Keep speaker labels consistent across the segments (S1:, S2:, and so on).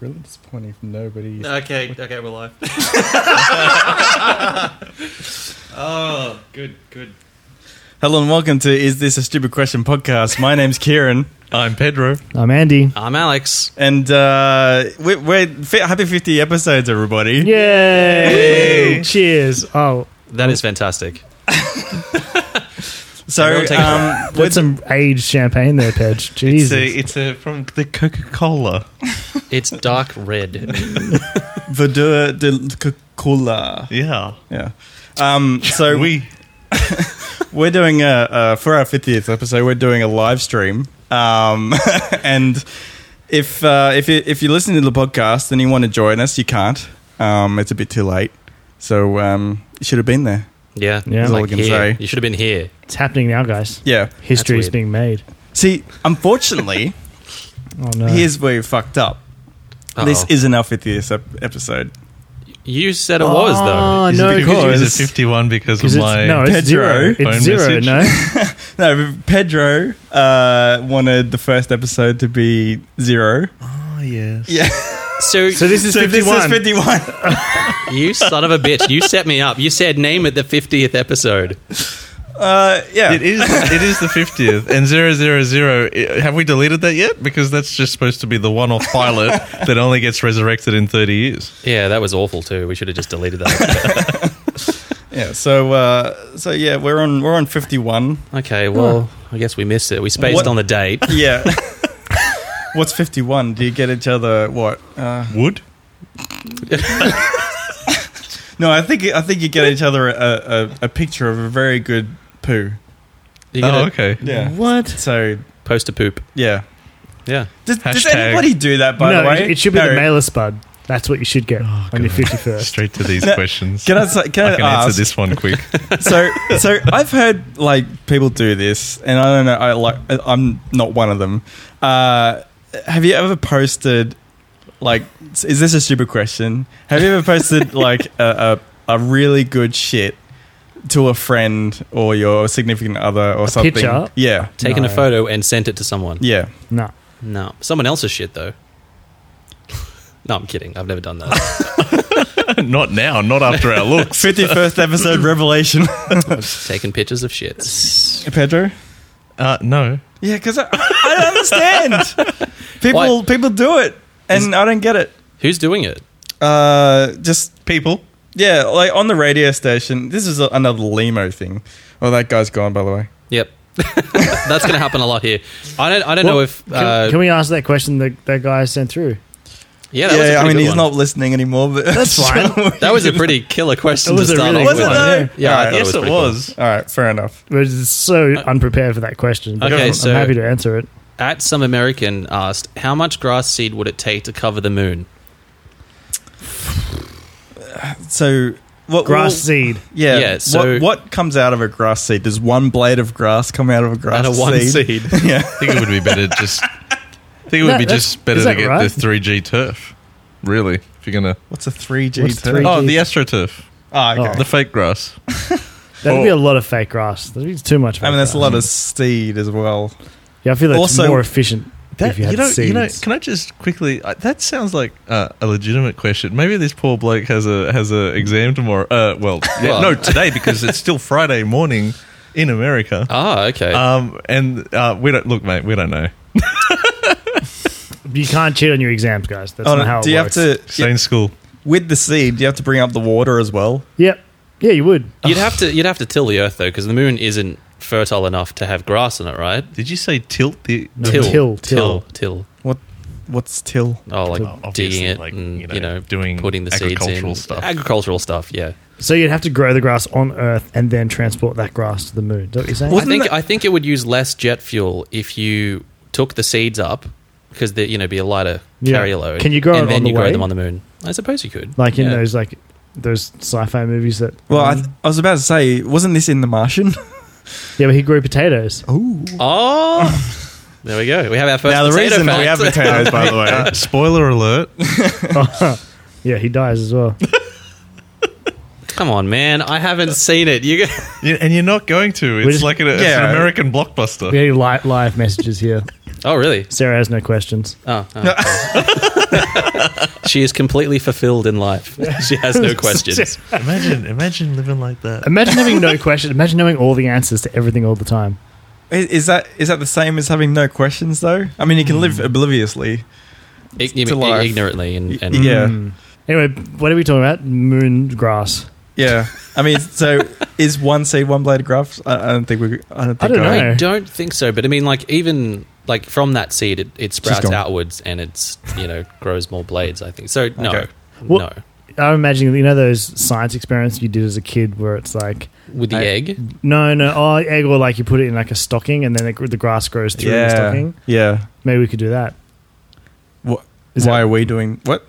S1: really disappointing if nobody.
S2: Okay, okay, we're live.
S3: Oh, good, good.
S1: Hello and welcome to Is This a Stupid Question podcast. My name's Kieran,
S2: I'm Pedro.
S4: I'm Andy.
S3: I'm Alex.
S1: and uh, we're, we're fi- happy 50 episodes, everybody.
S4: Yay! Cheers. Oh,
S3: That is fantastic.
S1: So,
S3: Everyone take a
S1: um,
S4: that's some aged champagne there, Pedge.
S2: It's a,
S4: Jesus.
S2: it's a from the Coca Cola.
S3: It's dark red.
S1: Verdure de Coca-Cola.
S2: Yeah,
S1: Yeah. Um,
S4: Oh,
S1: so we
S2: we
S1: we're doing a, a for our 50th episode. We're doing a live stream, um, and if uh, if you, if you listen to the podcast and you want to join us, you can't. Um, it's a bit too late. So um, you should have been there.
S3: Yeah,
S4: Yeah. That's
S1: all I can
S3: here.
S1: say.
S3: You should have been here.
S4: it's happening now, guys.
S1: Yeah.
S4: History is
S3: weird.
S4: being made.
S1: See, unfortunately,
S4: Oh no.
S1: here's where you fucked up.
S3: Uh-oh.
S1: This isn't our 50th ep- episode.
S3: you said it was though.
S4: Oh,
S2: is
S4: no,
S2: it because
S1: because-
S2: it's fifty one because
S4: 'Cause
S2: of
S4: it's,
S2: my
S4: no,
S1: Pedro
S4: it's zero.
S2: phone
S4: It's zero.
S2: message.
S4: No,
S1: No, Pedro uh, wanted the first episode to be zero.
S2: oh yes
S1: Yeah.
S3: So,
S4: so this is
S1: So this is
S4: fifty-one.
S1: 51.
S3: you son of a bitch, you set me up. You said name it the fiftieth episode.
S1: Uh, yeah.
S2: it is it is the fiftieth and zero zero zero. i- Have we deleted that yet? Because that's just supposed to be the one off pilot that only gets resurrected in thirty years.
S3: Yeah, that was awful too. We should have just deleted that.
S1: Yeah. So, uh, so yeah, we're on we're on fifty one.
S3: okay, well, I guess we missed it. We spaced
S1: What-
S3: on the date.
S1: Yeah. What's fifty one? Do you get each other what? Uh,
S2: Wood.
S1: no, I think I think you get each other a, a, a picture of a very good poo.
S3: You gotta
S2: Oh, okay.
S1: Yeah.
S4: What?
S1: So
S3: post a poop.
S1: yeah.
S3: Yeah.
S1: Does, does
S2: Hashtag-
S1: anybody do that? By
S4: no,
S1: the way,
S4: it, it should be
S1: No.
S4: the mailer spud. That's what you should get on your fifty-first.
S2: Straight to these
S1: No,
S2: questions.
S1: Can I, say- can I,
S2: I can
S1: ask?
S2: answer this one quick.
S1: so so I've heard like people do this, and I don't know. I like I'm not one of them. Uh, have you ever posted like is this a stupid question? Have you ever posted like a, a a really good shit to a friend or your significant other or something?
S4: picture?
S1: Yeah,
S3: Taken a
S4: No.
S3: photo and sent it to someone.
S1: yeah.
S4: No.
S3: No. Someone else's shit though. No, I'm kidding. I've never done that.
S2: not now. Not after our looks.
S1: Fifty first episode revelation,
S3: Taking pictures of shit.
S1: Pedro.
S2: Uh, no.
S1: Yeah, because I, I don't understand. People people do it, and I don't get it.
S3: Who's doing it?
S1: Uh, just
S2: People.
S1: Yeah, like on the radio station. This is a, another limo thing. Oh, that guy's gone, by the way.
S3: Yep. That's going to happen a lot here. I don't. I don't know
S4: Well,
S3: if.
S4: can,
S3: Uh,
S4: can we ask that question that that guy sent through?
S3: yeah, that was a
S1: yeah, I
S3: pretty
S1: mean,
S3: good
S1: he's
S3: one.
S1: not listening anymore, but
S4: That's fine.
S3: That was a pretty killer question
S4: That was
S3: to
S4: a
S3: start
S4: really
S3: off
S4: good
S3: with.
S4: one.
S3: Yeah, I
S1: All right.
S3: thought
S2: yes,
S3: it was
S2: it
S3: pretty cool.
S2: was.
S1: All right, fair enough.
S4: We're just so unprepared for that question. but
S3: Okay,
S4: I'm,
S3: so-
S4: I'm happy to answer it.
S3: At some American asked, "How much grass seed would it take to cover the moon?"
S1: So, what
S4: Grass
S1: well,
S4: seed.
S1: Yeah.
S3: Yeah, so-
S1: what, what comes out of a grass seed? Does one blade of grass come out of a grass
S3: Out of one seed.
S1: yeah.
S2: I think it would be better just. I think it would
S4: No,
S2: be
S4: that's-
S2: just better
S4: is
S2: to
S4: that
S2: get
S4: right?
S2: the three G turf. Really, if you're gonna.
S1: What's a three G?
S4: What's 3G?
S2: Oh, the astroturf,
S1: Oh, okay.
S4: Oh.
S2: the fake grass.
S4: That'd be a lot of fake grass. That'd be too much.
S1: Oh. I mean,
S4: fake
S1: that's a
S4: grass.
S1: lot of seed as well.
S4: Yeah, I feel that's
S1: Also-
S4: more efficient if you had
S2: you know,
S4: seeds.
S2: you know. Can I just quickly? I that sounds like uh, a legitimate question. Maybe this poor bloke has a has a exam tomorrow. Uh, well, yeah,
S3: Well.
S2: no, today because it's still Friday morning in America.
S3: Ah, okay.
S2: Um, and uh, we don't look, mate. We don't know.
S4: you can't cheat on your exams, guys. That's
S1: Oh,
S4: not how
S1: do
S4: it
S1: you
S4: works.
S1: have to
S2: Same school.
S1: with the seed? Do you have to bring up the water as well?
S4: Yep. Yeah, you would.
S3: you'd have to. You'd have to till the earth though, because the moon isn't fertile enough to have grass in it, right?
S2: Did you say tilt the?
S4: No,
S3: till,
S4: till,
S3: till,
S4: till.
S3: till.
S1: What? What's till?
S3: Oh, like
S2: Well, obviously,
S3: digging it,
S2: like,
S3: and,
S2: you
S3: you
S2: know,
S3: know,
S2: doing
S3: putting the seeds in.
S2: agricultural stuff.
S3: Agricultural stuff, yeah.
S4: So you'd have to grow the grass on Earth and then transport that grass to the moon. Is that what you're saying?
S3: I think
S1: that-
S3: I think it would use less jet fuel if you took the seeds up because they you know be a lighter
S4: Yeah.
S3: carrier load.
S4: Can you grow
S3: and
S4: it
S3: then
S4: on the
S3: you grow
S4: way?
S3: them on the moon? I suppose you could.
S4: Like in
S3: Yeah.
S4: those like those sci-fi movies that. um,
S1: Well, I, I was about to say, wasn't this in The Martian?
S4: yeah, but he grew potatoes.
S1: Oh,
S3: Oh, there we go. We have our first.
S1: now the
S3: potato
S1: reason
S3: fact.
S1: we have potatoes, by the way,
S2: Uh,
S1: Oh.
S2: spoiler alert.
S4: yeah, he dies as well.
S3: Come on, man. I haven't seen it. You go-
S2: You- and you're not going to. It's
S4: just-
S2: like an, it's
S1: Yeah.
S2: an American blockbuster.
S4: We have live, live messages here.
S3: Oh, really?
S4: Sarah has no questions.
S3: Oh, oh, okay. she is completely fulfilled in life. She has no questions.
S2: Imagine, imagine living like that.
S4: Imagine having no questions. Imagine knowing all the answers to everything all the time.
S1: Is, is that is that the same as having no questions though? I mean, you can live obliviously.
S3: Ig- you
S1: To
S3: mean
S1: life.
S3: ignorantly and, and
S1: Yeah.
S4: Hmm. Anyway, what are we talking about? Moon grass.
S1: Yeah, I mean, so is one seed one blade of grass? I, I don't think we. I don't think
S4: I don't know.
S3: I don't think so, but I mean, like even like from that seed, it, it sprouts
S1: gone.
S3: outwards and it's you know grows more blades. I think so. No,
S1: Okay.
S3: no,
S4: What- I'm imagining you know those science experiments you did as a kid where it's like
S3: with the
S1: I-
S3: egg.
S4: no no oh egg or like you put it in like a stocking and then it, gr- the grass grows through the
S1: Yeah,
S4: stocking.
S1: yeah.
S4: Maybe we could do that.
S1: What?
S4: Is
S1: Why
S4: that-
S1: are we doing what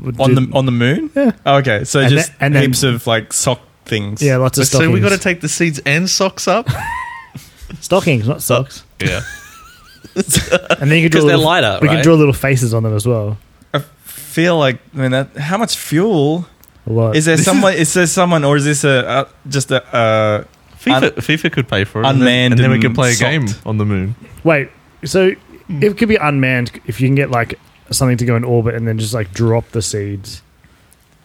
S4: would
S1: on
S4: do-
S1: the on the moon?
S4: Yeah.
S1: Oh, okay, so
S4: And
S1: just
S4: then- and then-
S1: heaps of like sock things.
S4: yeah lots of stockings.
S2: So we got to take the seeds and socks up.
S4: stockings, not socks.
S2: yeah,
S4: and then you could draw
S3: Because they're
S4: little-
S3: lighter,
S4: We
S3: right?
S4: can draw little faces on them as well.
S1: I feel like I mean, that, how much fuel
S4: A lot.
S1: is there? Someone is there someone or is this a uh, just a uh,
S2: FIFA, FIFA could pay for it. and then-
S1: Unmanned
S2: and then, we
S1: and
S2: could play a
S1: socked.
S2: game on the moon.
S4: Wait, so it could be unmanned if you can get like something to go in orbit and then just like drop the seeds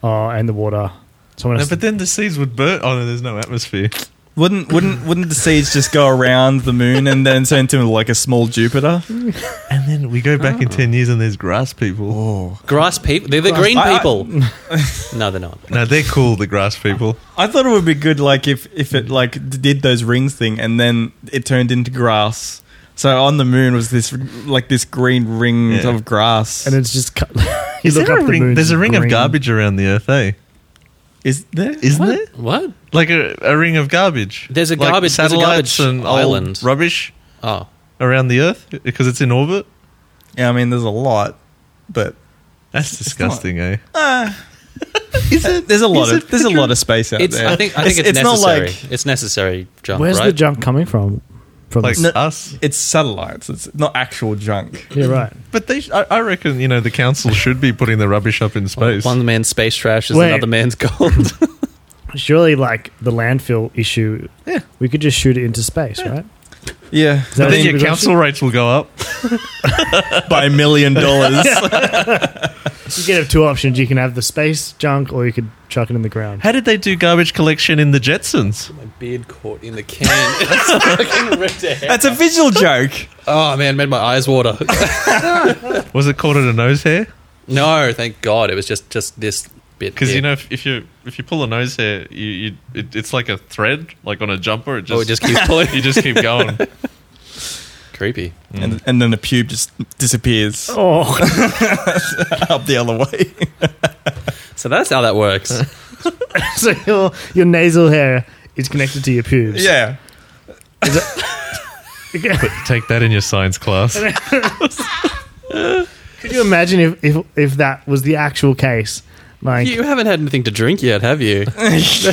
S4: uh, and the water. Someone
S2: No,
S4: has
S2: but then the seeds would burn. Oh no, there's no atmosphere.
S1: Wouldn't wouldn't wouldn't the seeds just go around the moon and then turn into like a small Jupiter?
S2: And then we go
S3: Oh.
S2: back in ten years and there's grass people.
S1: Oh,
S3: Grass people. They're the
S4: Grass-
S3: green
S1: I- I-
S3: people. no, they're not.
S2: No, they're cool. The grass people.
S1: I thought it would be good like if if it like d- did those rings thing and then it turned into grass. So on the moon was this like this green ring
S2: Yeah.
S1: of grass.
S4: and it's just cut. you
S2: Is
S4: look
S2: there
S4: up
S2: a
S4: the
S2: ring?
S4: moon,
S2: there's a
S4: it's
S2: ring of
S4: green.
S2: garbage around the Earth, eh?
S1: is there?
S2: Isn't there?
S3: What?
S2: Like a, a ring of garbage.
S3: There's a
S2: Like
S3: garbage- there's a
S2: satellites
S3: garbage
S2: and old
S3: island.
S2: rubbish
S3: Oh,
S2: around the Earth because it's in orbit.
S1: Yeah, I mean, there's a lot, but
S2: That's disgusting, eh?
S1: is it? There's a lot
S2: is
S1: of
S2: it
S1: there's a lot of space out
S3: it's.
S1: there.
S3: I think. I think it's, necessary. it's necessary junk.
S4: Where's
S3: right?
S4: the junk coming from? From
S2: Like
S4: this?
S2: us.
S1: it's satellites. It's not actual junk.
S4: yeah, right.
S2: But they, I, I reckon, you know, the council should be putting the rubbish up in space.
S3: One man's space trash is
S4: Wait.
S3: another man's gold.
S4: Surely, like the landfill issue.
S2: Yeah.
S4: we could just shoot it into space, right?
S1: Yeah,
S4: Is that
S2: But
S4: a
S2: then
S4: thing
S2: your
S4: we got
S2: council rates will go up.
S1: by a million dollars.
S4: to- You get two options. You can have the space junk, or you could chuck it in the ground.
S2: How did they do garbage collection in the Jetsons?
S3: My beard caught in the can. It's fucking ripped a hair.
S1: That's a visual joke.
S3: Oh man, made my eyes water.
S2: Was it called it a nose hair?
S3: no, thank God, it was just just this bit.
S2: Because
S3: here.
S2: you know, if, if you if you pull a nose hair, you, you it, it's like a thread, like on a jumper. It just,
S3: Oh, it just keeps pulling.
S2: you just keep going.
S3: creepy.
S1: And, and then the pube just disappears
S4: Oh,
S1: up the other way.
S3: So that's how that works.
S4: so your your nasal hair is connected to your pubes.
S1: yeah.
S4: Okay.
S2: Take that in your science class.
S3: Ah,
S4: Could you imagine if, if if that was the actual case? Like,
S3: you haven't had anything to drink yet, have you?
S1: That's,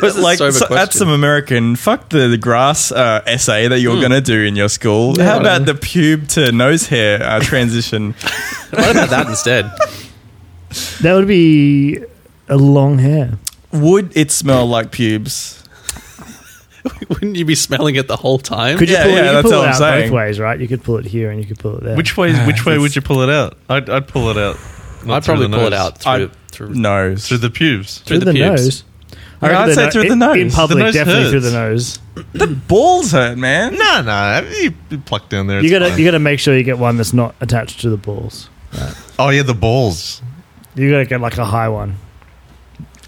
S3: was a
S1: like,
S3: sober
S1: so- that's
S3: question.
S1: some American fuck the, the grass uh, essay that you're
S3: Mm.
S1: going to do in your school. How about the pube to nose hair uh, transition?
S3: what about that instead?
S4: that would be a long hair.
S1: Would it smell like pubes?
S3: Wouldn't you be smelling it the whole time?
S4: Could you
S1: Yeah,
S4: pull,
S1: yeah,
S4: it, you could
S1: that's
S4: pull
S1: what
S4: it
S1: I'm
S4: out
S1: saying.
S4: both ways, right? You could pull it here and you could pull it there.
S2: Which way? Which way would you pull it out? I'd, I'd pull it out. not
S3: I'd
S2: through
S3: probably
S2: the
S3: pull it
S2: nose.
S3: out through
S1: I-
S3: through,
S1: Nose.
S2: through the pubes.
S3: through the, pubes.
S4: nose?
S1: Yeah,
S4: reckon
S1: I'd say through the
S4: in- In
S1: nose.
S4: public,
S2: The nose
S4: definitely through the
S2: hurts.
S4: nose.
S1: The balls hurt, man.
S2: No, no, you you pluck down there.
S4: you
S2: it's
S4: gotta
S2: fine.
S4: you gotta make sure you get one that's not attached to the balls.
S2: oh yeah, the balls.
S4: You gotta get like a high one.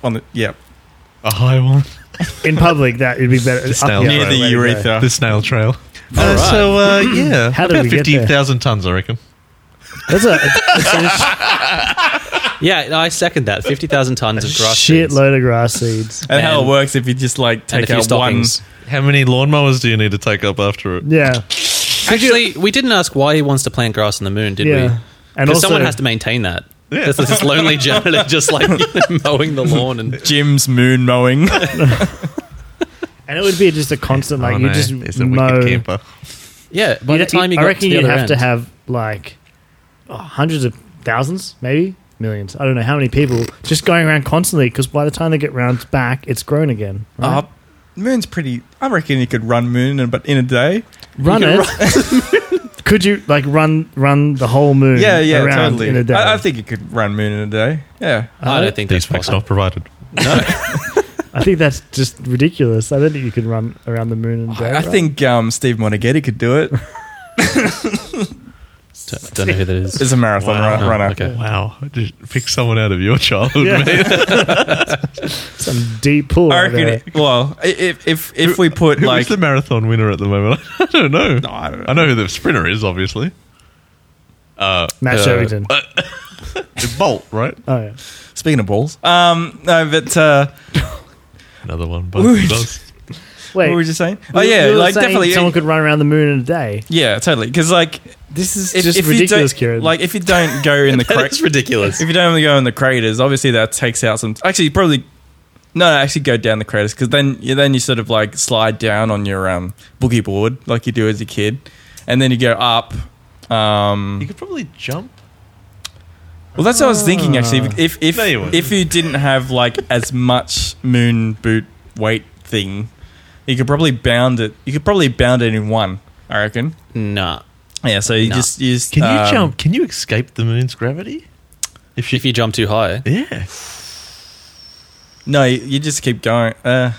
S1: On the, yeah.
S2: A high one.
S4: In public, that would be better.
S2: Just
S4: up
S2: down
S4: the
S2: near
S4: other
S1: the
S4: way to go.
S1: urethra.
S2: The snail trail.
S3: All
S2: Uh,
S3: right.
S2: So uh, yeah,
S4: How did
S2: about
S4: we get
S2: fifty
S4: there?
S2: thousand tons, I reckon.
S4: That's a, it's
S3: Yeah, no, I second that. Fifty thousand tons of
S4: a
S3: grass. seeds.
S4: shitload of grass seeds.
S1: And how it
S3: And-
S1: works if you just like
S3: and
S1: take
S3: a few
S1: out one.
S3: stockings.
S2: How many lawnmowers do you need to take up after it?
S4: Yeah,
S3: Actually, we didn't ask why he wants to plant grass in the moon, did we?
S4: yeah. And
S3: Because
S4: also,
S3: someone has to maintain that.
S2: Yeah.
S3: This is this lonely janitor just like mowing the lawn and
S1: Jim's moon mowing.
S4: and it would be just a constant like
S2: Oh,
S4: you
S2: no,
S4: just
S2: there's a
S4: mow.
S2: wicked camper.
S3: yeah. By
S4: You'd-
S3: the time you
S4: I
S3: got
S4: reckon
S3: to the
S4: you'd
S3: other
S4: have to
S3: end-
S4: have like oh, hundreds of thousands, maybe millions. I don't know how many people just going around constantly because by the time they get round back, it's grown again. right?
S1: Uh, moon's pretty. I reckon you could run moon, in, but in a day.
S4: run
S1: you
S4: it. could you like run run the whole moon?
S1: yeah, yeah,
S4: around
S1: totally.
S4: in a day.
S1: I, I think you could run moon in a day. Yeah.
S3: I don't think
S2: These
S3: that's
S2: facts
S3: possible.
S2: not provided.
S4: I think that's just ridiculous. I don't think you can run around the moon in a day.
S1: I
S4: right?
S1: think um, Steve Monteghetti could do it.
S3: Don't, don't know who that is.
S1: Is a marathon
S2: Wow.
S1: run-
S3: Oh,
S1: runner.
S3: okay.
S2: Wow, just pick someone out of your childhood.
S4: Yeah.
S2: mate.
S4: some deep pool.
S1: I
S4: out
S1: reckon.
S4: there.
S1: It, well, i- if if if we put
S2: Who's
S1: like,
S2: the marathon winner at the moment? I don't know.
S1: no, I don't know.
S2: I know who the sprinter is, obviously. Uh,
S4: Matt
S2: uh,
S4: Sherrington.
S2: Bolt, right?
S4: Oh yeah.
S1: Speaking of balls, um, no, but uh,
S2: Another one.
S1: Who
S2: Both
S1: is-
S2: of us.
S4: Wait.
S1: what were you saying? Oh
S4: you-
S1: yeah,
S4: you were
S1: like
S4: saying
S1: definitely.
S4: someone could run around the moon in a day.
S1: yeah, totally. Because like,
S4: This is
S1: if,
S4: just
S1: if
S4: ridiculous,
S1: you don't,
S4: Kieran.
S1: like if you don't go in the correct
S3: That's ridiculous.
S1: If you don't go in the craters, obviously that takes out some. Actually, you probably no, no, actually go down the craters because then you then you sort of like slide down on your um, boogie board like you do as a kid, and then you go up.
S2: You
S1: Um,
S2: could probably jump.
S1: well, that's what I was thinking actually. If if
S2: No, you wouldn't.
S1: if you didn't have like as much moon boot weight thing, you could probably bound it. You could probably bound it in one. I reckon.
S3: Nah.
S1: Yeah. So you
S3: Nah.
S1: just you just
S2: Can you
S1: um,
S2: jump? Can you escape the moon's gravity? If you,
S3: If you jump too high,
S2: yeah,
S1: No, you, you just keep going. Uh,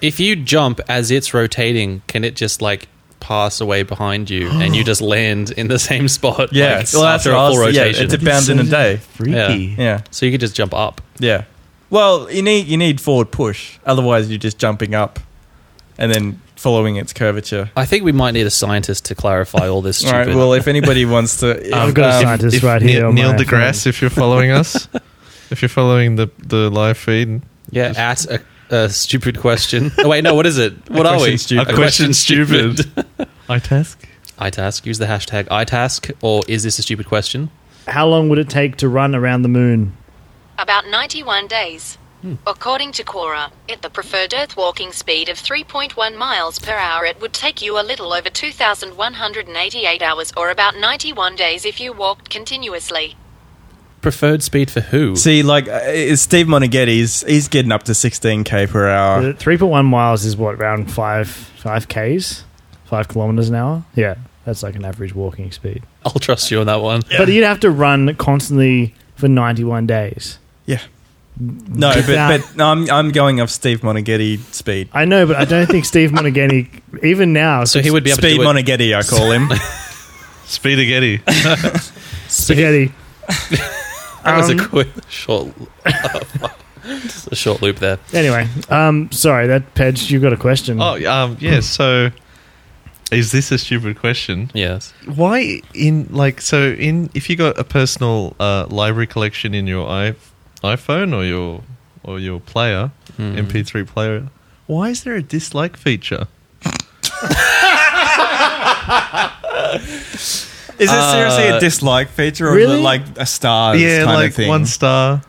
S3: if you jump as it's rotating, can it just like pass away behind you and you just land in the same spot?
S1: yeah.
S3: like,
S1: well, that's
S3: after a
S1: what I
S3: full
S1: was-
S3: rotation.
S1: Yeah, it's a bound in a day.
S2: freaky.
S1: Yeah.
S3: so you could just jump up.
S1: Yeah. Well, you need you need forward push. Otherwise, you're just jumping up, and then following its curvature.
S3: I think we might need a scientist to clarify all this
S1: All
S3: stupid.
S1: right. Well, if anybody wants to, if,
S4: I've got a
S1: um,
S4: scientist right here.
S2: Neil,
S4: on
S2: Neil
S4: my
S2: deGrasse, if you're following us, if you're following the the live feed,
S3: yeah, at a, a stupid question. Oh, wait, no, what is it? What are we?
S1: question stupid.
S2: A question stupid. I task.
S3: iTask. Use the hashtag iTask or is this a stupid question?
S4: phone. How long would it take to run around the moon?
S5: About 91 days. According to Quora, at the preferred Earth walking speed of 3.1 miles per hour, it would take you a little over 2,188 hours or about 91 days if you walked continuously.
S3: Preferred speed for who?
S1: see, like uh, it's Steve Monaghetti, he's, he's getting up to 16k per
S3: Uh,
S1: hour.
S4: Three point one miles is what around five five k's, five kilometers an hour. Yeah, that's like an average walking speed.
S3: I'll trust you on that one.
S4: But you'd have to run constantly for ninety one days.
S1: Yeah. No, but,
S4: Without-
S1: but no, I'm I'm going off Steve Monaghetti speed.
S4: I know, but I don't think Steve Monaghan, even now,
S3: So he would be able
S1: Speed
S3: to do it.
S1: Monaghetti, I call him.
S2: Speedagetti.
S4: spaghetti.
S3: That was a
S4: Um,
S3: quick short, just a short loop there.
S4: Anyway, um, sorry that Pedge, you've got a question.
S2: Oh, um, yeah. So, is this a stupid question?
S3: Yes.
S2: Why in like so in if you got a personal uh, library collection in your i iPhone or your or your player MP3 player, why is there a dislike feature?
S1: Is it seriously
S3: Uh,
S1: a dislike feature or is
S4: really?
S1: it like a star?
S2: yeah,
S1: kind
S2: like
S1: of thing?
S2: one star.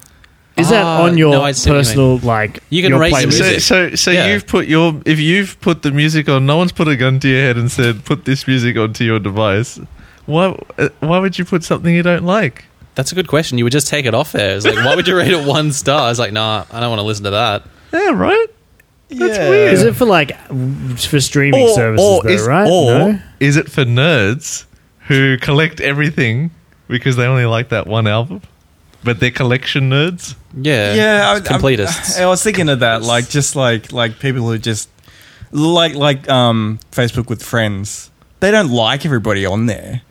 S4: Is that
S3: Ah,
S4: on your
S3: no, I see what you
S4: personal like?
S3: You can
S4: your
S3: rate your
S4: playlist?
S2: So
S3: Music.
S2: so so
S3: Yeah.
S2: you've put your if you've put the music on, no one's put a gun to your head and said put this music onto your device. Why uh, why would you put something you don't like?
S3: That's a good question. You would just take it off there. It's like, why would you rate it one star? It's like, nah, I don't want to listen to that.
S2: Yeah, right. That's
S1: Yeah.
S2: weird.
S4: Is it for like for streaming
S2: or,
S4: services
S2: or
S4: though,
S2: is,
S4: right?
S2: or
S4: No?
S2: is it for nerds who collect everything because they only like that one album, but they're collection nerds?
S3: Yeah.
S1: yeah,
S3: It's
S1: I,
S3: completists.
S1: I, I was thinking of that, like just like like people who just like like um Facebook with friends. They don't like everybody on there.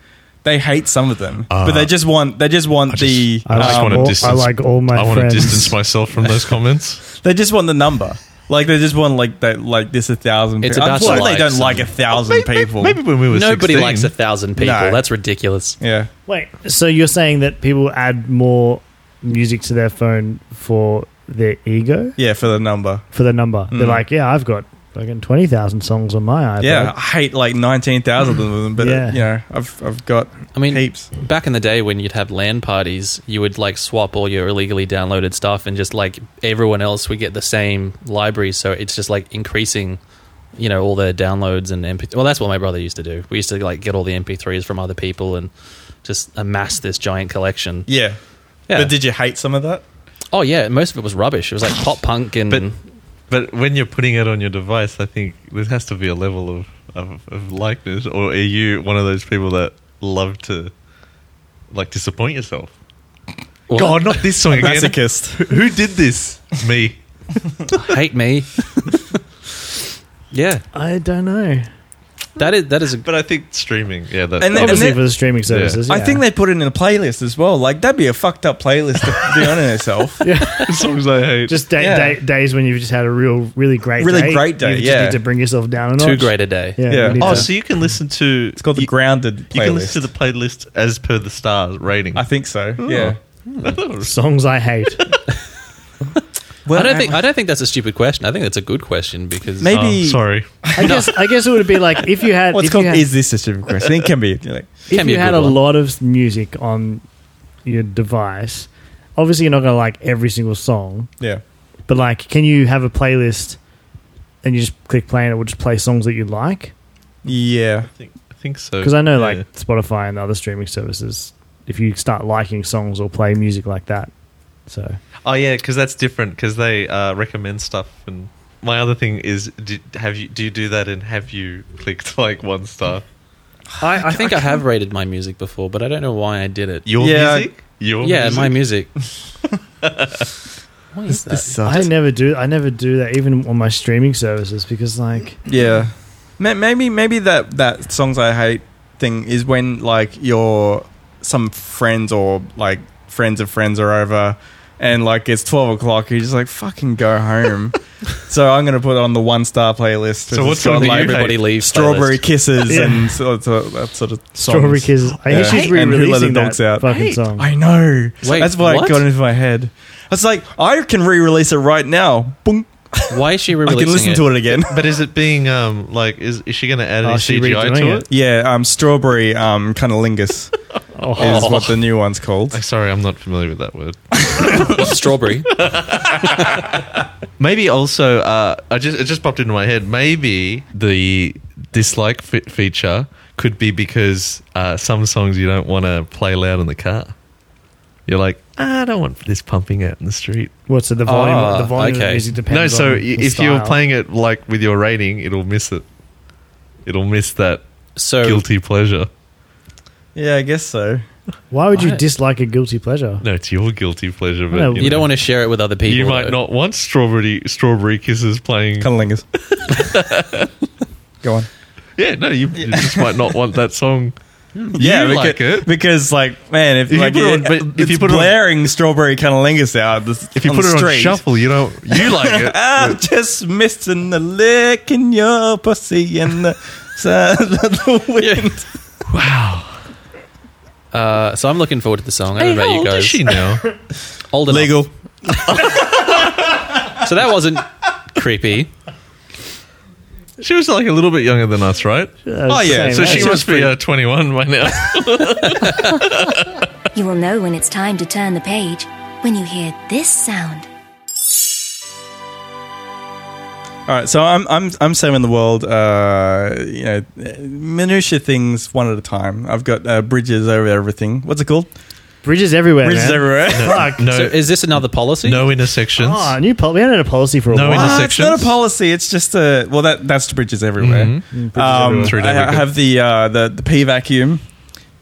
S1: They hate some of them, but they just want they just want the
S4: I like
S1: um,
S4: wanna all- distance- I like all my
S2: I wanna
S4: friends.
S2: distance myself from those comments.
S1: they just want the number. Like they just want like that like this a thousand.
S3: It's
S1: people.
S3: about
S1: I'm
S3: to
S1: sure they
S3: like
S1: don't
S3: some-
S1: like a thousand
S2: May- may-
S1: people.
S2: Maybe when we were
S3: Nobody
S2: 16.
S3: likes a thousand people.
S1: No.
S3: That's ridiculous.
S1: yeah.
S4: Wait, so you're saying that people add more music to their phone for their ego,
S1: Yeah, for the number.
S4: for the number? They're
S1: Mm.
S4: like, yeah, I've got fucking twenty thousand songs on my iPad.
S1: Yeah, I hate like nineteen thousand of them, but
S4: Yeah.
S1: you know, I've I've got
S3: I mean,
S1: heaps.
S3: back in the day when you'd have LAN parties, you would like swap all your illegally downloaded stuff and just like everyone else would get the same library. So it's just like increasing, you know, all their downloads and MP. Well, that's what my brother used to do. We used to like get all the MP3s from other people and just amass this giant collection.
S1: Yeah,
S3: Yeah.
S1: But did you hate some of that?
S3: oh yeah, most of it was rubbish. It was like pop punk and
S2: But- But when you're putting it on your device, I think there has to be a level of, of, of likeness. Or are you one of those people that love to like disappoint yourself?
S3: Well,
S2: God, not this song again.
S1: Masochist.
S2: Who did this? Me.
S3: hate me. yeah,
S4: I don't know.
S3: that is that is a,
S2: But I think streaming, yeah, that, that
S1: And then-
S2: was-
S4: Obviously
S1: they-
S4: for the streaming services.
S1: I
S4: yeah.
S1: think they put it in a playlist as well. Like that'd be a fucked up playlist to be on in itself.
S2: songs I hate.
S4: just day,
S1: Yeah.
S4: day, days when you've just had a real, really great,
S1: Really
S4: day.
S1: great day,
S4: You just
S1: yeah.
S4: need to bring yourself down a notch.
S3: too great a day.
S4: Yeah.
S1: Yeah.
S4: you need
S2: oh,
S4: to-
S2: so you can listen to
S1: It's called the
S2: you,
S1: grounded playlist.
S2: you can listen to the playlist as per the stars rating.
S1: I think so. Yeah.
S4: songs I hate.
S1: Well,
S3: I don't think I don't think that's a stupid question. I think that's a good question because
S1: Maybe-
S2: Oh, sorry.
S4: I guess I guess it would be like if you had
S1: What's
S4: if you
S1: called
S4: had,
S1: is this a stupid question? It can be. you know.
S4: if
S3: Can be
S4: you
S3: a
S4: had
S3: good
S4: a
S3: one.
S4: lot of music on your device. Obviously, you're not going to like every single song,
S1: yeah.
S4: but like, can you have a playlist and you just click play and it will just play songs that you like?
S1: Yeah.
S2: I think, I think so.
S4: Because I know
S2: Uh, Yeah.
S4: like Spotify and other streaming services, if you start liking songs or play music like that, so
S2: Oh yeah, because that's different. Because they uh, recommend stuff. And my other thing is, do, have you do you do that? And have you clicked like one star?
S3: I, I think I have rated my music before, but I don't know why I did it.
S2: Your
S1: Yeah.
S2: music? Your
S3: yeah,
S2: music?
S3: my music. what is that?
S4: I never do I never do that even on my streaming services because like
S1: Yeah. Ma- Maybe maybe that that songs I hate thing is when like your some friends or like friends of friends are over and like it's twelve o'clock. You're just like fucking go home. so I'm gonna put on the one star playlist.
S2: So what
S1: It's got,
S2: song do you
S1: like,
S2: hate?
S3: Everybody leaves.
S1: Strawberry
S3: playlist.
S1: kisses
S4: Yeah.
S1: and so, so, that sort of songs.
S4: Strawberry Kisses. I
S1: Yeah.
S4: think she's
S1: And Who Let the
S4: re-releasing that
S1: Dogs Out?
S4: fucking
S2: Hey,
S4: song.
S1: I know.
S3: Wait,
S1: That's why it
S3: what?
S1: got into my head. I was like, I can re-release it right now. Boom.
S3: Why is she
S1: I
S3: releasing
S1: can listen
S3: it?
S1: to it again.
S2: But is it being um like is is she going to add
S4: Oh,
S2: any
S4: she
S2: CGI
S4: redoing
S2: to
S4: it.
S2: it?
S1: Yeah, um, strawberry um, cunnilingus is what the new one's called.
S2: Oh, sorry, I'm not familiar with that word.
S3: Strawberry.
S2: Maybe also, uh, I just it just popped into my head. Maybe the dislike fe- feature could be because uh, some songs you don't want to play loud in the car. You're like, "Ah, I don't want this pumping out in the street.
S4: What's it? The volume.
S3: Ah,
S4: the volume of the
S3: okay.
S4: music depends.
S2: no, so
S4: on
S2: i
S4: the
S2: if you're
S4: style.
S2: playing it like with your rating, it'll miss it. It'll miss that
S3: So
S2: guilty pleasure.
S1: Yeah, I guess so.
S4: why would you
S3: Why?
S4: dislike a guilty pleasure?
S2: No, it's your guilty pleasure, but
S4: No,
S2: you,
S3: you
S2: know,
S3: don't want to share it with other people.
S2: You might
S3: though.
S2: not want strawberry strawberry kisses playing.
S1: Cunnilingus. Go on.
S2: Yeah, no, you, you just might not want that song.
S1: Yeah,
S2: you
S1: because,
S2: like it.
S1: because like man, if,
S2: If you
S1: like,
S2: put it on-
S1: it-
S2: but if
S1: it's
S2: you put it on-
S1: blaring strawberry cunnilingus out, this,
S2: If you
S1: on
S2: put
S1: the
S2: it on
S1: street,
S2: shuffle, you don't you like it.
S1: I'm just missing the lick in your pussy and the sound of the wind.
S3: Uh, so I'm looking forward to the song. I don't know about you guys.
S2: now?
S3: Old enough.
S1: Legal.
S3: So that wasn't creepy.
S2: she was like a little bit younger than us, right?
S4: oh
S1: yeah,
S2: So
S1: Yeah,
S2: she
S1: she
S2: must be uh, 21 by now.
S6: You will know when it's time to turn the page when you hear this sound.
S1: All right, so I'm I'm I'm saving the world. Uh, you know, minutia things one at a time. I've got uh, bridges over everything. What's it called?
S4: bridges everywhere.
S1: Bridges
S4: man.
S1: everywhere.
S4: Fuck.
S2: No,
S3: So is this another policy?
S2: no intersections.
S4: Oh, new pol- we haven't had a policy for a
S2: No, we
S4: while.
S2: just-
S1: Ah, it's not
S2: intersections.
S1: a policy. It's just a well. That that's bridges everywhere. Um,
S2: everywhere.
S1: I ha- have the uh, the the pee vacuum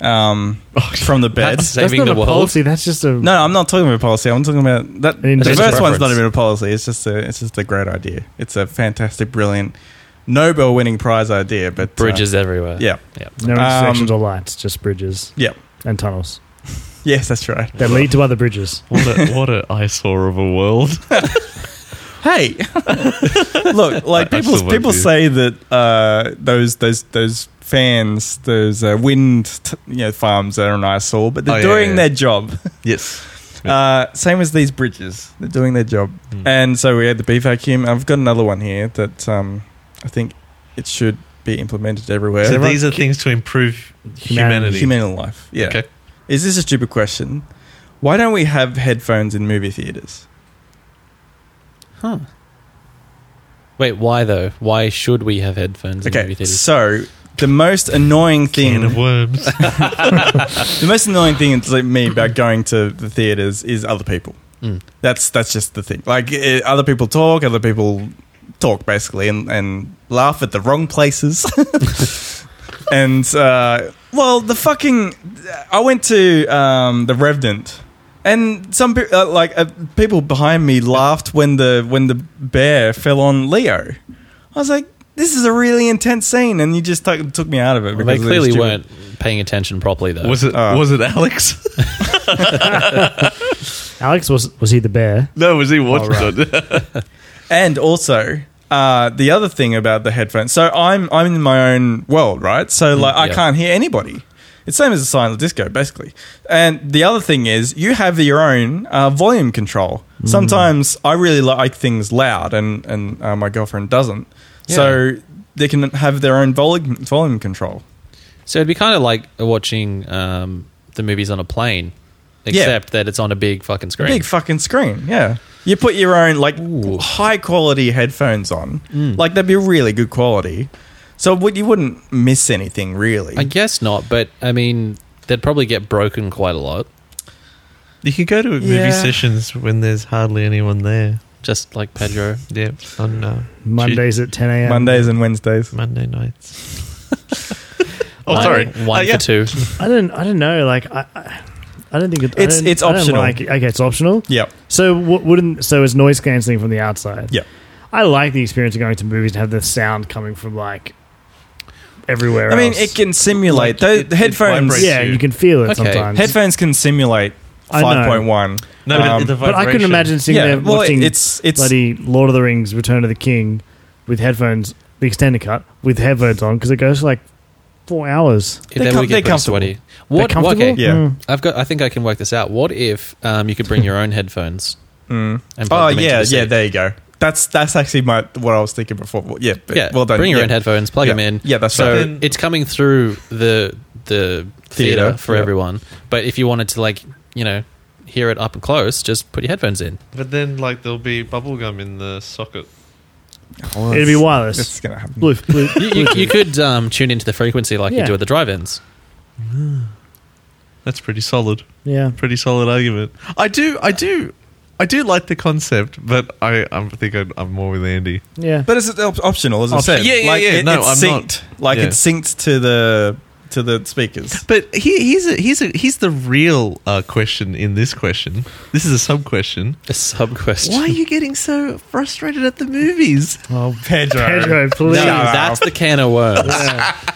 S1: um, from the bed.
S3: That's-
S4: That's
S3: Saving
S4: not
S3: the
S4: a
S3: world.
S4: policy. That's just a
S1: No, I'm not talking about policy. I'm talking about that.
S4: An
S1: the
S4: invention.
S1: first one's not
S3: Preference.
S1: even a policy. It's just a it's just a great idea. It's a fantastic, brilliant, Nobel winning prize idea. But uh,
S3: Bridges everywhere.
S1: yeah.
S3: Yeah.
S4: no
S1: um,
S4: intersections or lights, just bridges
S1: Yeah.
S4: and tunnels
S1: Yes, that's right.
S4: that lead to other bridges.
S2: What a what a eyesore of a world.
S1: Hey, look, like
S2: I- I
S1: people
S2: still won't
S1: people
S2: do.
S1: say that uh, those those those fans, those uh, wind t- you know farms are an eyesore, but they're
S2: Oh, yeah,
S1: doing
S2: yeah.
S1: their job.
S2: Yes.
S1: Uh, same as these bridges, they're doing their job.
S3: Hmm.
S1: And so we had the bee vacuum. I've got another one here that um, I think it should be implemented everywhere.
S2: So these are things to improve humanity.
S1: Human life. Yeah.
S2: Okay.
S1: Is this a stupid question? Why don't we have headphones in movie theaters?
S3: Huh. Wait, why though? Why should we have headphones in movie
S1: Okay,
S3: theaters?
S1: so the most annoying
S2: Can
S1: thing
S2: of worms.
S1: the most annoying thing it's like me about going to the theaters is other people.
S3: Mm.
S1: That's that's just the thing. Like eh, other people talk, other people talk basically, and, and laugh at the wrong places. and uh, well, the fucking I went to um, the Revenant, and some pe- uh, like uh, people behind me laughed when the when the bear fell on Leo. I was like. This is a really intense scene, and you just took took me out of it.
S3: Well, they
S1: because it was
S3: clearly
S1: stupid.
S3: weren't paying attention properly, though.
S2: Was it
S1: Uh.
S2: was it Alex?
S4: Alex was was he the bear?
S2: no, was he watching
S1: And also, uh, the other thing about the headphones. So I'm I'm in my own world, right? So like I
S3: yeah.
S1: can't hear anybody. It's same as a silent disco, basically. And the other thing is, you have your own uh, volume control. Sometimes I really like things loud, and and uh, my girlfriend doesn't. So they can have their own volume volume control.
S3: so it'd be kind of like watching um, the movies on a plane,
S1: Yeah.
S3: except that it's on a big fucking screen.
S1: Big fucking screen, yeah. You put your own like high quality headphones on,
S3: Mm.
S1: like they'd be really good quality. So would you wouldn't miss anything really?
S3: I guess not, but I mean, they'd probably get broken quite a lot.
S2: You can go to movie
S1: Yeah.
S2: sessions when there's hardly anyone there.
S3: Just like Pedro.
S2: Yep, on uh,
S4: Mondays at ten a.m.
S1: Mondays and Wednesdays.
S2: Tu- Monday nights. oh,
S3: One-
S2: sorry.
S3: One
S2: Uh, yeah.
S3: for two.
S4: I don't. I don't know. Like I. I I don't think it, I
S1: It's-
S4: don't-
S1: it's
S4: I don't
S1: optional.
S4: like it. okay, it's optional.
S1: Yep.
S4: So w- wouldn't so it's noise cancelling from the outside.
S1: Yep.
S4: I like the experience of going to movies and have the sound coming from like everywhere.
S1: I mean,
S4: else.
S1: it can
S2: Like, it-
S1: simulate those
S2: it
S1: headphones.
S2: vibrates
S4: Yeah,
S2: you.
S4: you can feel it
S3: Okay.
S4: sometimes.
S1: headphones can simulate
S4: I know.
S1: five point one.
S2: No, but
S1: Um,
S2: the
S4: but I
S2: vibration-
S4: couldn't imagine sitting
S1: yeah,
S4: there
S1: well,
S4: watching
S1: it's it's
S4: bloody Lord of the Rings: Return of the King with headphones, the extended cut with headphones on because it goes for like four hours.
S3: Then
S1: com-
S3: we
S1: they're
S3: get pretty
S1: comfortable.
S3: sweaty. What?
S4: They're comfortable?
S3: Okay.
S1: Yeah.
S4: Mm.
S3: I've got. I think I can work this out. What if um, you could bring your own headphones?
S1: Mm.
S3: And plug
S1: Oh
S3: them into
S1: yeah,
S3: the
S1: yeah.
S3: seat?
S1: There you go. That's that's actually my what I was thinking before. Well, yeah, but-
S3: yeah.
S1: Well done.
S3: Bring your
S1: yeah.
S3: own headphones. Plug
S1: Yeah.
S3: them in.
S1: Yeah, that's
S3: so
S1: right.
S2: Then-
S3: it's coming through the the theater,
S1: Theater,
S3: for
S1: yeah.
S3: everyone. But if you wanted to, like, you know, hear it up and close, just put your headphones in.
S2: But then, like, there'll be bubblegum in the socket.
S1: Oh,
S4: It'd be
S1: it's-
S4: wireless.
S1: It's gonna happen.
S4: Blue, blue,
S3: You, you, you could um, tune into the frequency like you
S4: Yeah.
S3: do at the drive-ins.
S2: That's pretty solid.
S4: yeah.
S2: Pretty solid argument. I do, I do, I do like the concept, but I, I think I'd, I'm more with Andy.
S4: Yeah.
S1: But it's op- optional, as I
S2: Option-
S1: said.
S2: yeah, yeah,
S1: like,
S2: yeah.
S1: It,
S2: No,
S1: it's
S2: I'm not-
S1: synced. Like
S2: yeah.
S1: it's synced to the to the speakers.
S2: But he, he's a, he's a, he's the real uh, question in this question. This is a sub question.
S3: A sub question.
S2: Why are you getting so frustrated at the movies?
S4: Oh,
S1: Pedro.
S4: Pedro,
S3: No,
S4: please.
S3: that's the can of worms.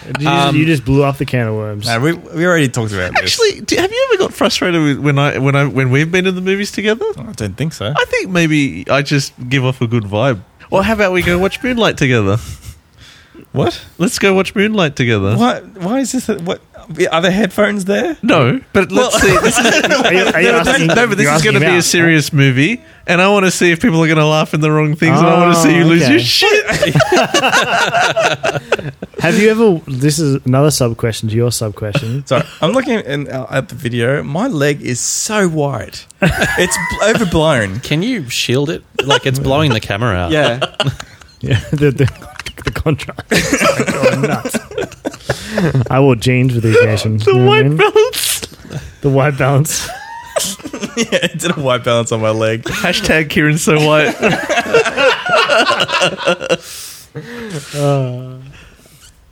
S4: You, just, you just blew off the can of worms.
S1: No, we, we already talked about this.
S2: Actually, do, have you ever got frustrated with when I when I when we've been in the movies together?
S1: I don't think so.
S2: I think maybe I just give off a good vibe. Or how about we go watch Moonlight together?
S1: What?
S2: Let's go watch Moonlight together.
S1: What? Why is this? What? Are there headphones there?
S2: No, but let's see. This is,
S4: Are you, are you asking,
S2: no, but this
S4: you're
S2: is going to be
S4: asking him
S2: a
S4: out?
S2: serious movie, and I want to see if people are going to laugh in the wrong things, and I want to see you
S4: Oh,
S2: lose your
S4: okay.
S2: shit.
S4: Have you ever? This is another sub question to your sub question.
S1: Sorry, I'm looking in, uh, at the video. My leg is so wide. It's bl- overblown.
S3: Can you shield it? Like it's blowing the camera out.
S1: Yeah.
S4: yeah, the, the, the contract. It's like going nuts. I wore jeans with these nations.
S2: The
S1: Mm-hmm.
S2: white balance.
S4: the white balance.
S1: yeah, it did a white balance on my leg.
S2: Hashtag Kieran so white.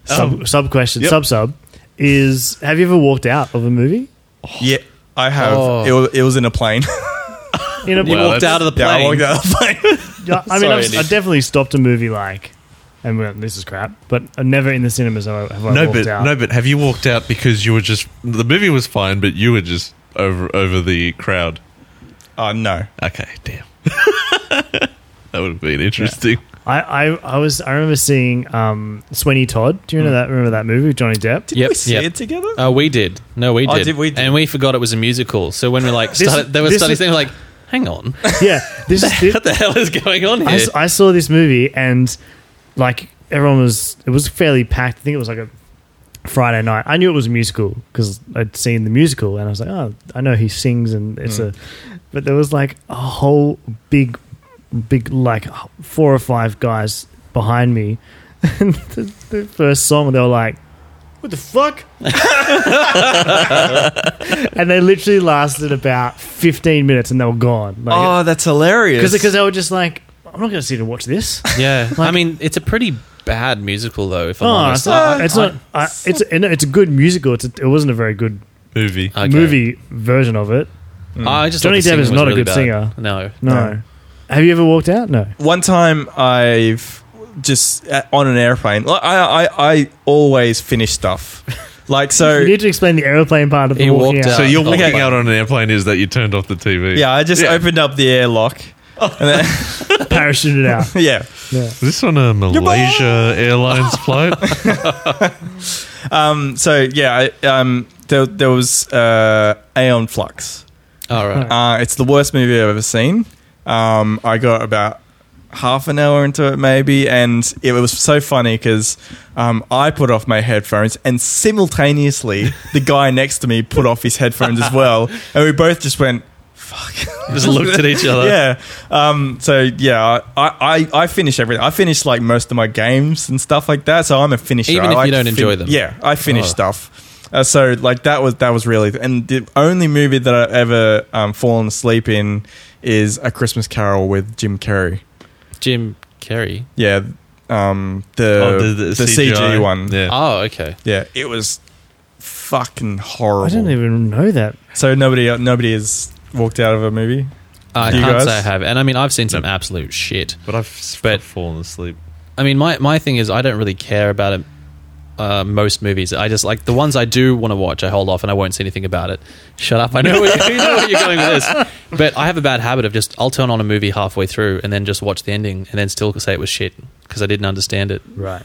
S4: Sub sub question.
S2: Um, Yep.
S4: Sub sub is have you ever walked out of a movie?
S1: Yeah, I have.
S3: Oh.
S1: It, was, it was in a plane.
S4: You know,
S3: You
S2: Well,
S3: walked
S2: that's-
S3: out of the
S1: yeah, I
S3: plane.
S1: walked out of the plane.
S4: yeah, I mean,
S3: Sorry,
S4: I've,
S3: Nick.
S4: I've definitely stopped a movie like, and went, this is crap. But uh, never in the cinemas have I, have I
S2: No,
S4: walked
S2: but
S4: out.
S2: no, but have you walked out because you were just the movie was fine, but you were just over over the crowd?
S1: Oh no!
S2: Okay, damn. that would have been interesting.
S4: I, I, I was I remember seeing um, Sweeney Todd. Do
S2: Hmm.
S4: you know that? Remember that movie with Johnny Depp?
S1: Did
S3: Yep,
S1: we see
S3: yep.
S1: it together?
S3: Uh, we did. No, we
S1: Oh,
S3: did.
S1: did we- did.
S3: And we forgot it was a musical. So when we like
S4: This-
S3: started, there were
S4: this
S3: studies.
S4: is-
S3: They were like, "Hang on,
S4: yeah, this is
S3: what the hell is going on
S4: I,
S3: here?"
S4: s- I saw this movie and like everyone was it was fairly packed. I think it was like a Friday night. I knew it was a musical because I'd seen the musical and I was like, oh, I know he sings and it's a. But there was like a whole big, big like four or five guys behind me, and the, the first song they were like, what the fuck? and they literally lasted about 15 minutes and they were gone. Like,
S1: Oh, that's hilarious.
S4: because they were just like, I'm not going to sit and watch this.
S3: Yeah, I mean, it's a pretty bad musical though. If I'm
S4: Oh,
S3: honest,
S4: it's not. It's not. I, it's a, it's a good musical. It's a, it wasn't a very good
S2: Movie.
S3: Okay.
S4: movie version of it.
S3: I just thought
S4: Johnny
S3: the
S4: Depp
S3: singing
S4: is
S3: was
S4: not a
S3: really
S4: good
S3: bad.
S4: singer.
S3: No,
S4: No. Have you ever walked out? No.
S1: One time I've just uh, on an airplane. Like, I, I, I always finish stuff. Like so,
S4: You need to explain the airplane part of the
S3: He
S4: walking
S3: walked
S4: out.
S2: So
S3: out.
S2: you're walking
S1: Okay.
S2: out on an airplane is that you turned off the TV.
S1: yeah, I just opened up the airlock. And then,
S4: Parachuted out.
S1: yeah,
S2: Is this on a Malaysia Airlines flight?
S1: um, so yeah, I, um, there, there was uh, Aeon Flux.
S3: all right.
S1: Uh, it's the worst movie I've ever seen. Um, I got about half an hour into it, maybe, and it was so funny because um, I put off my headphones, and simultaneously, the guy next to me put off his headphones as well, and we both just went.
S3: Just looked at each other.
S1: Yeah. Um, so yeah, I, I, I finish everything. I finish like most of my games and stuff like that. So I'm a finisher.
S3: Even
S1: I
S3: if you
S1: like
S3: don't enjoy them?
S1: Yeah, I finish
S3: Oh.
S1: stuff. Uh, so like that was that was really and the only movie that I've ever um, fallen asleep in is A Christmas Carol with Jim Carrey.
S3: Jim Carrey.
S1: Yeah. Um, the,
S2: Oh,
S1: the, CG one. Yeah.
S2: Yeah.
S3: Oh, okay.
S1: it was fucking
S4: I
S1: horrible.
S4: don't even know that.
S1: so nobody nobody has walked out of a movie.
S3: I
S1: Do you
S3: can't
S1: guys?
S3: say I have, and I mean, I've seen some absolute shit.
S2: But I've s-
S3: But-
S2: fallen asleep.
S3: I mean, my, my thing is, I don't really care about it. Uh, most movies, I just like the ones I do want to watch. I hold off and I won't say anything about it. Shut up! I know where, you know where you're going with this, but I have a bad habit of just I'll turn on a movie halfway through and then just watch the ending and then still say it was shit because I didn't understand it,
S4: Right.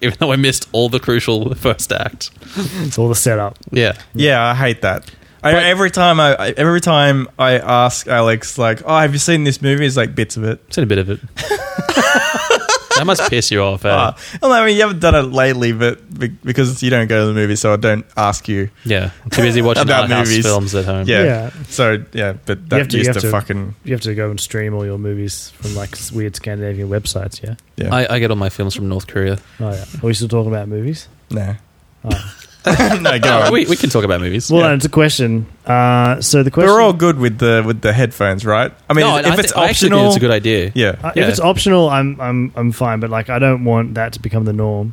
S3: even though I missed all the crucial first act.
S4: It's all the setup.
S3: Yeah,
S1: Yeah, I hate that. I,
S3: But-
S1: every time I I- every time I ask Alex like, "Oh, have you seen this movie?" He's like bits of it.
S3: seen a bit of it. that must piss you off. Eh?
S1: Ah. Well, I mean, you haven't done it lately, but be- because you don't go to the movie, so I don't ask you.
S3: yeah, too busy watching
S1: About
S3: art house
S1: movies.
S3: films at home.
S1: Yeah.
S4: Yeah.
S1: So yeah, but that
S4: have to- you
S1: used
S4: have
S1: to,
S4: to-
S1: fucking
S4: You have to go and stream all your movies from like s- weird Scandinavian websites. Yeah.
S1: yeah.
S3: I, I get all my films from North Korea.
S4: Oh yeah. Are we still talking about movies?
S1: no.
S4: Oh.
S1: no, go on.
S3: we, we can talk about movies.
S4: Well, it's a question. Uh, so the question.
S1: They're all good with the with the headphones, right? I mean,
S3: no,
S1: if
S3: I,
S1: it's
S3: th- I actually
S1: optional,
S3: think it's a good idea.
S1: yeah,
S4: Uh,
S3: Yeah.
S4: If it's optional, I'm I'm I'm fine. But like, I don't want that to become the norm.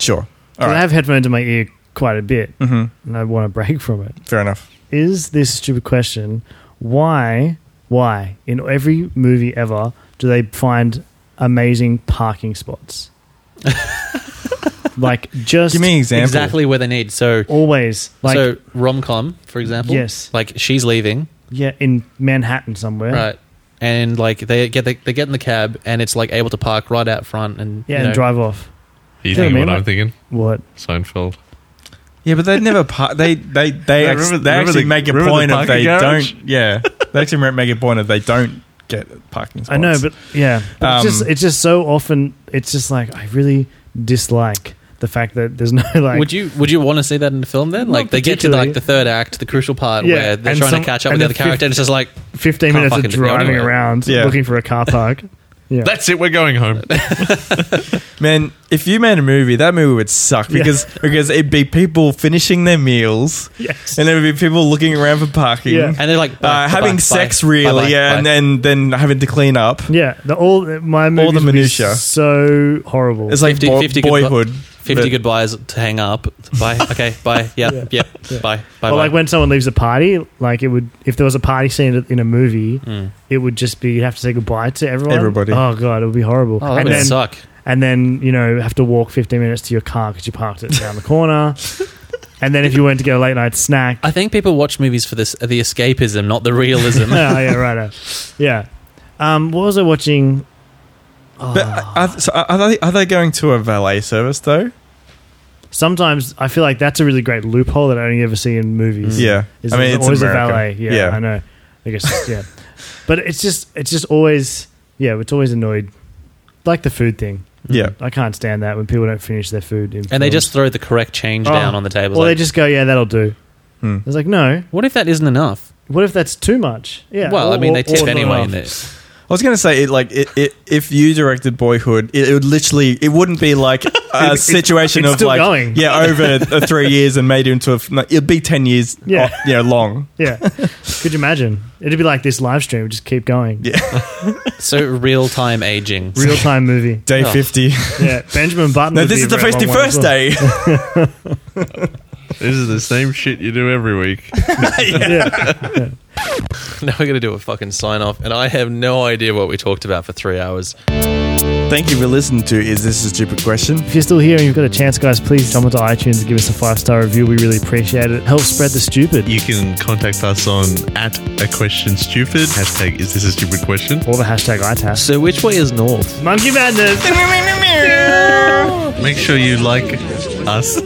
S1: sure. All
S4: 'Cause I
S1: right.
S4: have headphones in my ear quite a bit,
S1: hmm
S4: and I want a break from it.
S1: Fair enough.
S4: Is this a stupid question? Why? Why in every movie ever do they find amazing parking spots? like just
S1: Give me an example.
S3: Exactly where they need. So,
S4: always like
S3: so rom com, for example.
S4: Yes.
S3: Like she's leaving,
S4: yeah in Manhattan somewhere.
S3: right? And like they get the, they get in the cab, and it's like able to park right out front, and you
S4: Yeah, and
S3: know,
S4: drive off.
S2: Are you
S4: Yeah, I
S2: thinking
S4: mean,
S2: what
S4: like-
S2: I'm thinking?
S4: What?
S2: Seinfeld.
S1: Yeah, but they never par- they they they,
S2: Yeah,
S1: act-
S2: remember-
S1: they
S2: remember
S1: actually
S2: the-
S1: make a
S2: remember the
S1: point of
S2: parking
S1: they
S2: garage?
S1: don't. Yeah, they actually make a point of they don't get parking spots.
S4: I know, but yeah, but
S1: Um,
S4: it's just it's just so often. It's just like I really dislike the fact that there's no like.
S3: Would you would you want to see that in the film then? Like they get to
S4: particularly.
S3: like the third act, the crucial part
S4: Yeah,
S3: where they're
S4: and
S3: trying
S4: some-
S3: to catch up
S4: and
S3: with the other
S4: the
S3: character, and it's just like
S4: 15
S3: Can't
S4: minutes of
S3: fucking go
S4: driving
S3: anywhere.
S4: around
S1: Yeah.
S4: looking for a car park. Yeah.
S2: That's it. We're going home.
S1: man, if you made a movie, that movie would suck
S4: Yeah.
S1: because because it'd be people finishing their meals,
S4: yes.
S1: and it would be people looking around for parking,
S4: Yeah.
S3: and they're like
S1: uh,
S3: bye,
S1: having
S3: bye,
S1: sex
S3: bye,
S1: really,
S3: bye, bye,
S1: yeah,
S3: bye.
S1: and then then having to clean up.
S4: yeah, the all my movies
S1: the
S4: would be
S1: minutia.
S4: so horrible.
S1: It's like
S3: 50
S1: bo-
S3: 50 goodbye-
S1: boyhood.
S3: fifty
S1: But-
S3: goodbyes to hang up. Bye. Okay. Bye. Yep.
S4: Yeah.
S3: Yep. Bye. Bye.
S4: or
S3: bye.
S4: like when someone leaves a party, like it would if there was a party scene in a movie,
S3: Hmm.
S4: it would just be you'd have to say goodbye to everyone.
S1: Everybody.
S4: Oh god, it would be horrible.
S3: oh, that
S4: and
S3: would
S4: then
S3: suck.
S4: and then you know have to walk 15 minutes to your car because you parked it down the corner. and then if you went to get a late night snack,
S3: I think people watch movies for this the escapism, not the realism.
S4: yeah, yeah, right, uh, yeah. Um, what was I watching? Ah.
S1: But uh, are, so are, they, are they going to a valet service though?
S4: Sometimes I feel like that's a really great loophole that I only ever see in movies.
S1: Mm. Yeah,
S4: Is
S1: I mean
S4: there's
S1: it's
S4: always
S1: America.
S4: a valet. Yeah, I know. I guess yeah, but it's just it's just always yeah, it's always annoyed. Like the food thing,
S1: yeah.
S4: I can't stand that when people don't finish their food. In
S3: and they
S4: films.
S3: just throw the correct change
S4: Oh.
S3: down on the table.
S4: or
S3: Like,
S4: they just go yeah, that'll do.
S1: Hmm.
S4: It's like no,
S3: what if that isn't enough?
S4: what if that's too much? Yeah,
S3: well, I
S4: or-
S3: mean,
S4: or-
S3: they
S4: or
S3: tip
S4: not
S3: anyway
S4: enough.
S3: in there.
S1: was gonna say it like it, it if you directed Boyhood, it, it would literally it wouldn't be like a
S4: it's-
S1: situation
S4: it's
S1: of
S4: still
S1: like
S4: going.
S1: yeah over uh, three years and made into a f- no, it'd be ten years oh,
S4: Yeah.
S1: yeah you know, long
S4: Yeah. Could you imagine? It'd be like this live stream, just keep going.
S3: So real time aging.
S4: Real time movie.
S1: day
S3: Oh.
S1: fifty.
S4: Yeah. Benjamin Button.
S1: no,
S4: would
S1: this
S4: be
S1: is the
S4: a very
S1: fifty
S4: long one as
S1: first
S4: well.
S1: day.
S2: This is the same shit you do every week.
S1: eh?
S4: Yeah.
S3: now we're gonna do a fucking sign off, and I have no idea what we talked about for three hours.
S1: Thank you for listening to Is This a Stupid Question?
S4: If you're still here and you've got a chance, guys, please jump onto iTunes and give us a five star review. We really appreciate it. Help spread the stupid.
S2: You can contact us on at a question stupid. Hashtag is this a stupid question?
S4: Or the hashtag ITAS.
S3: So which way is north?
S4: Monkey Madness.
S2: Make sure you like us.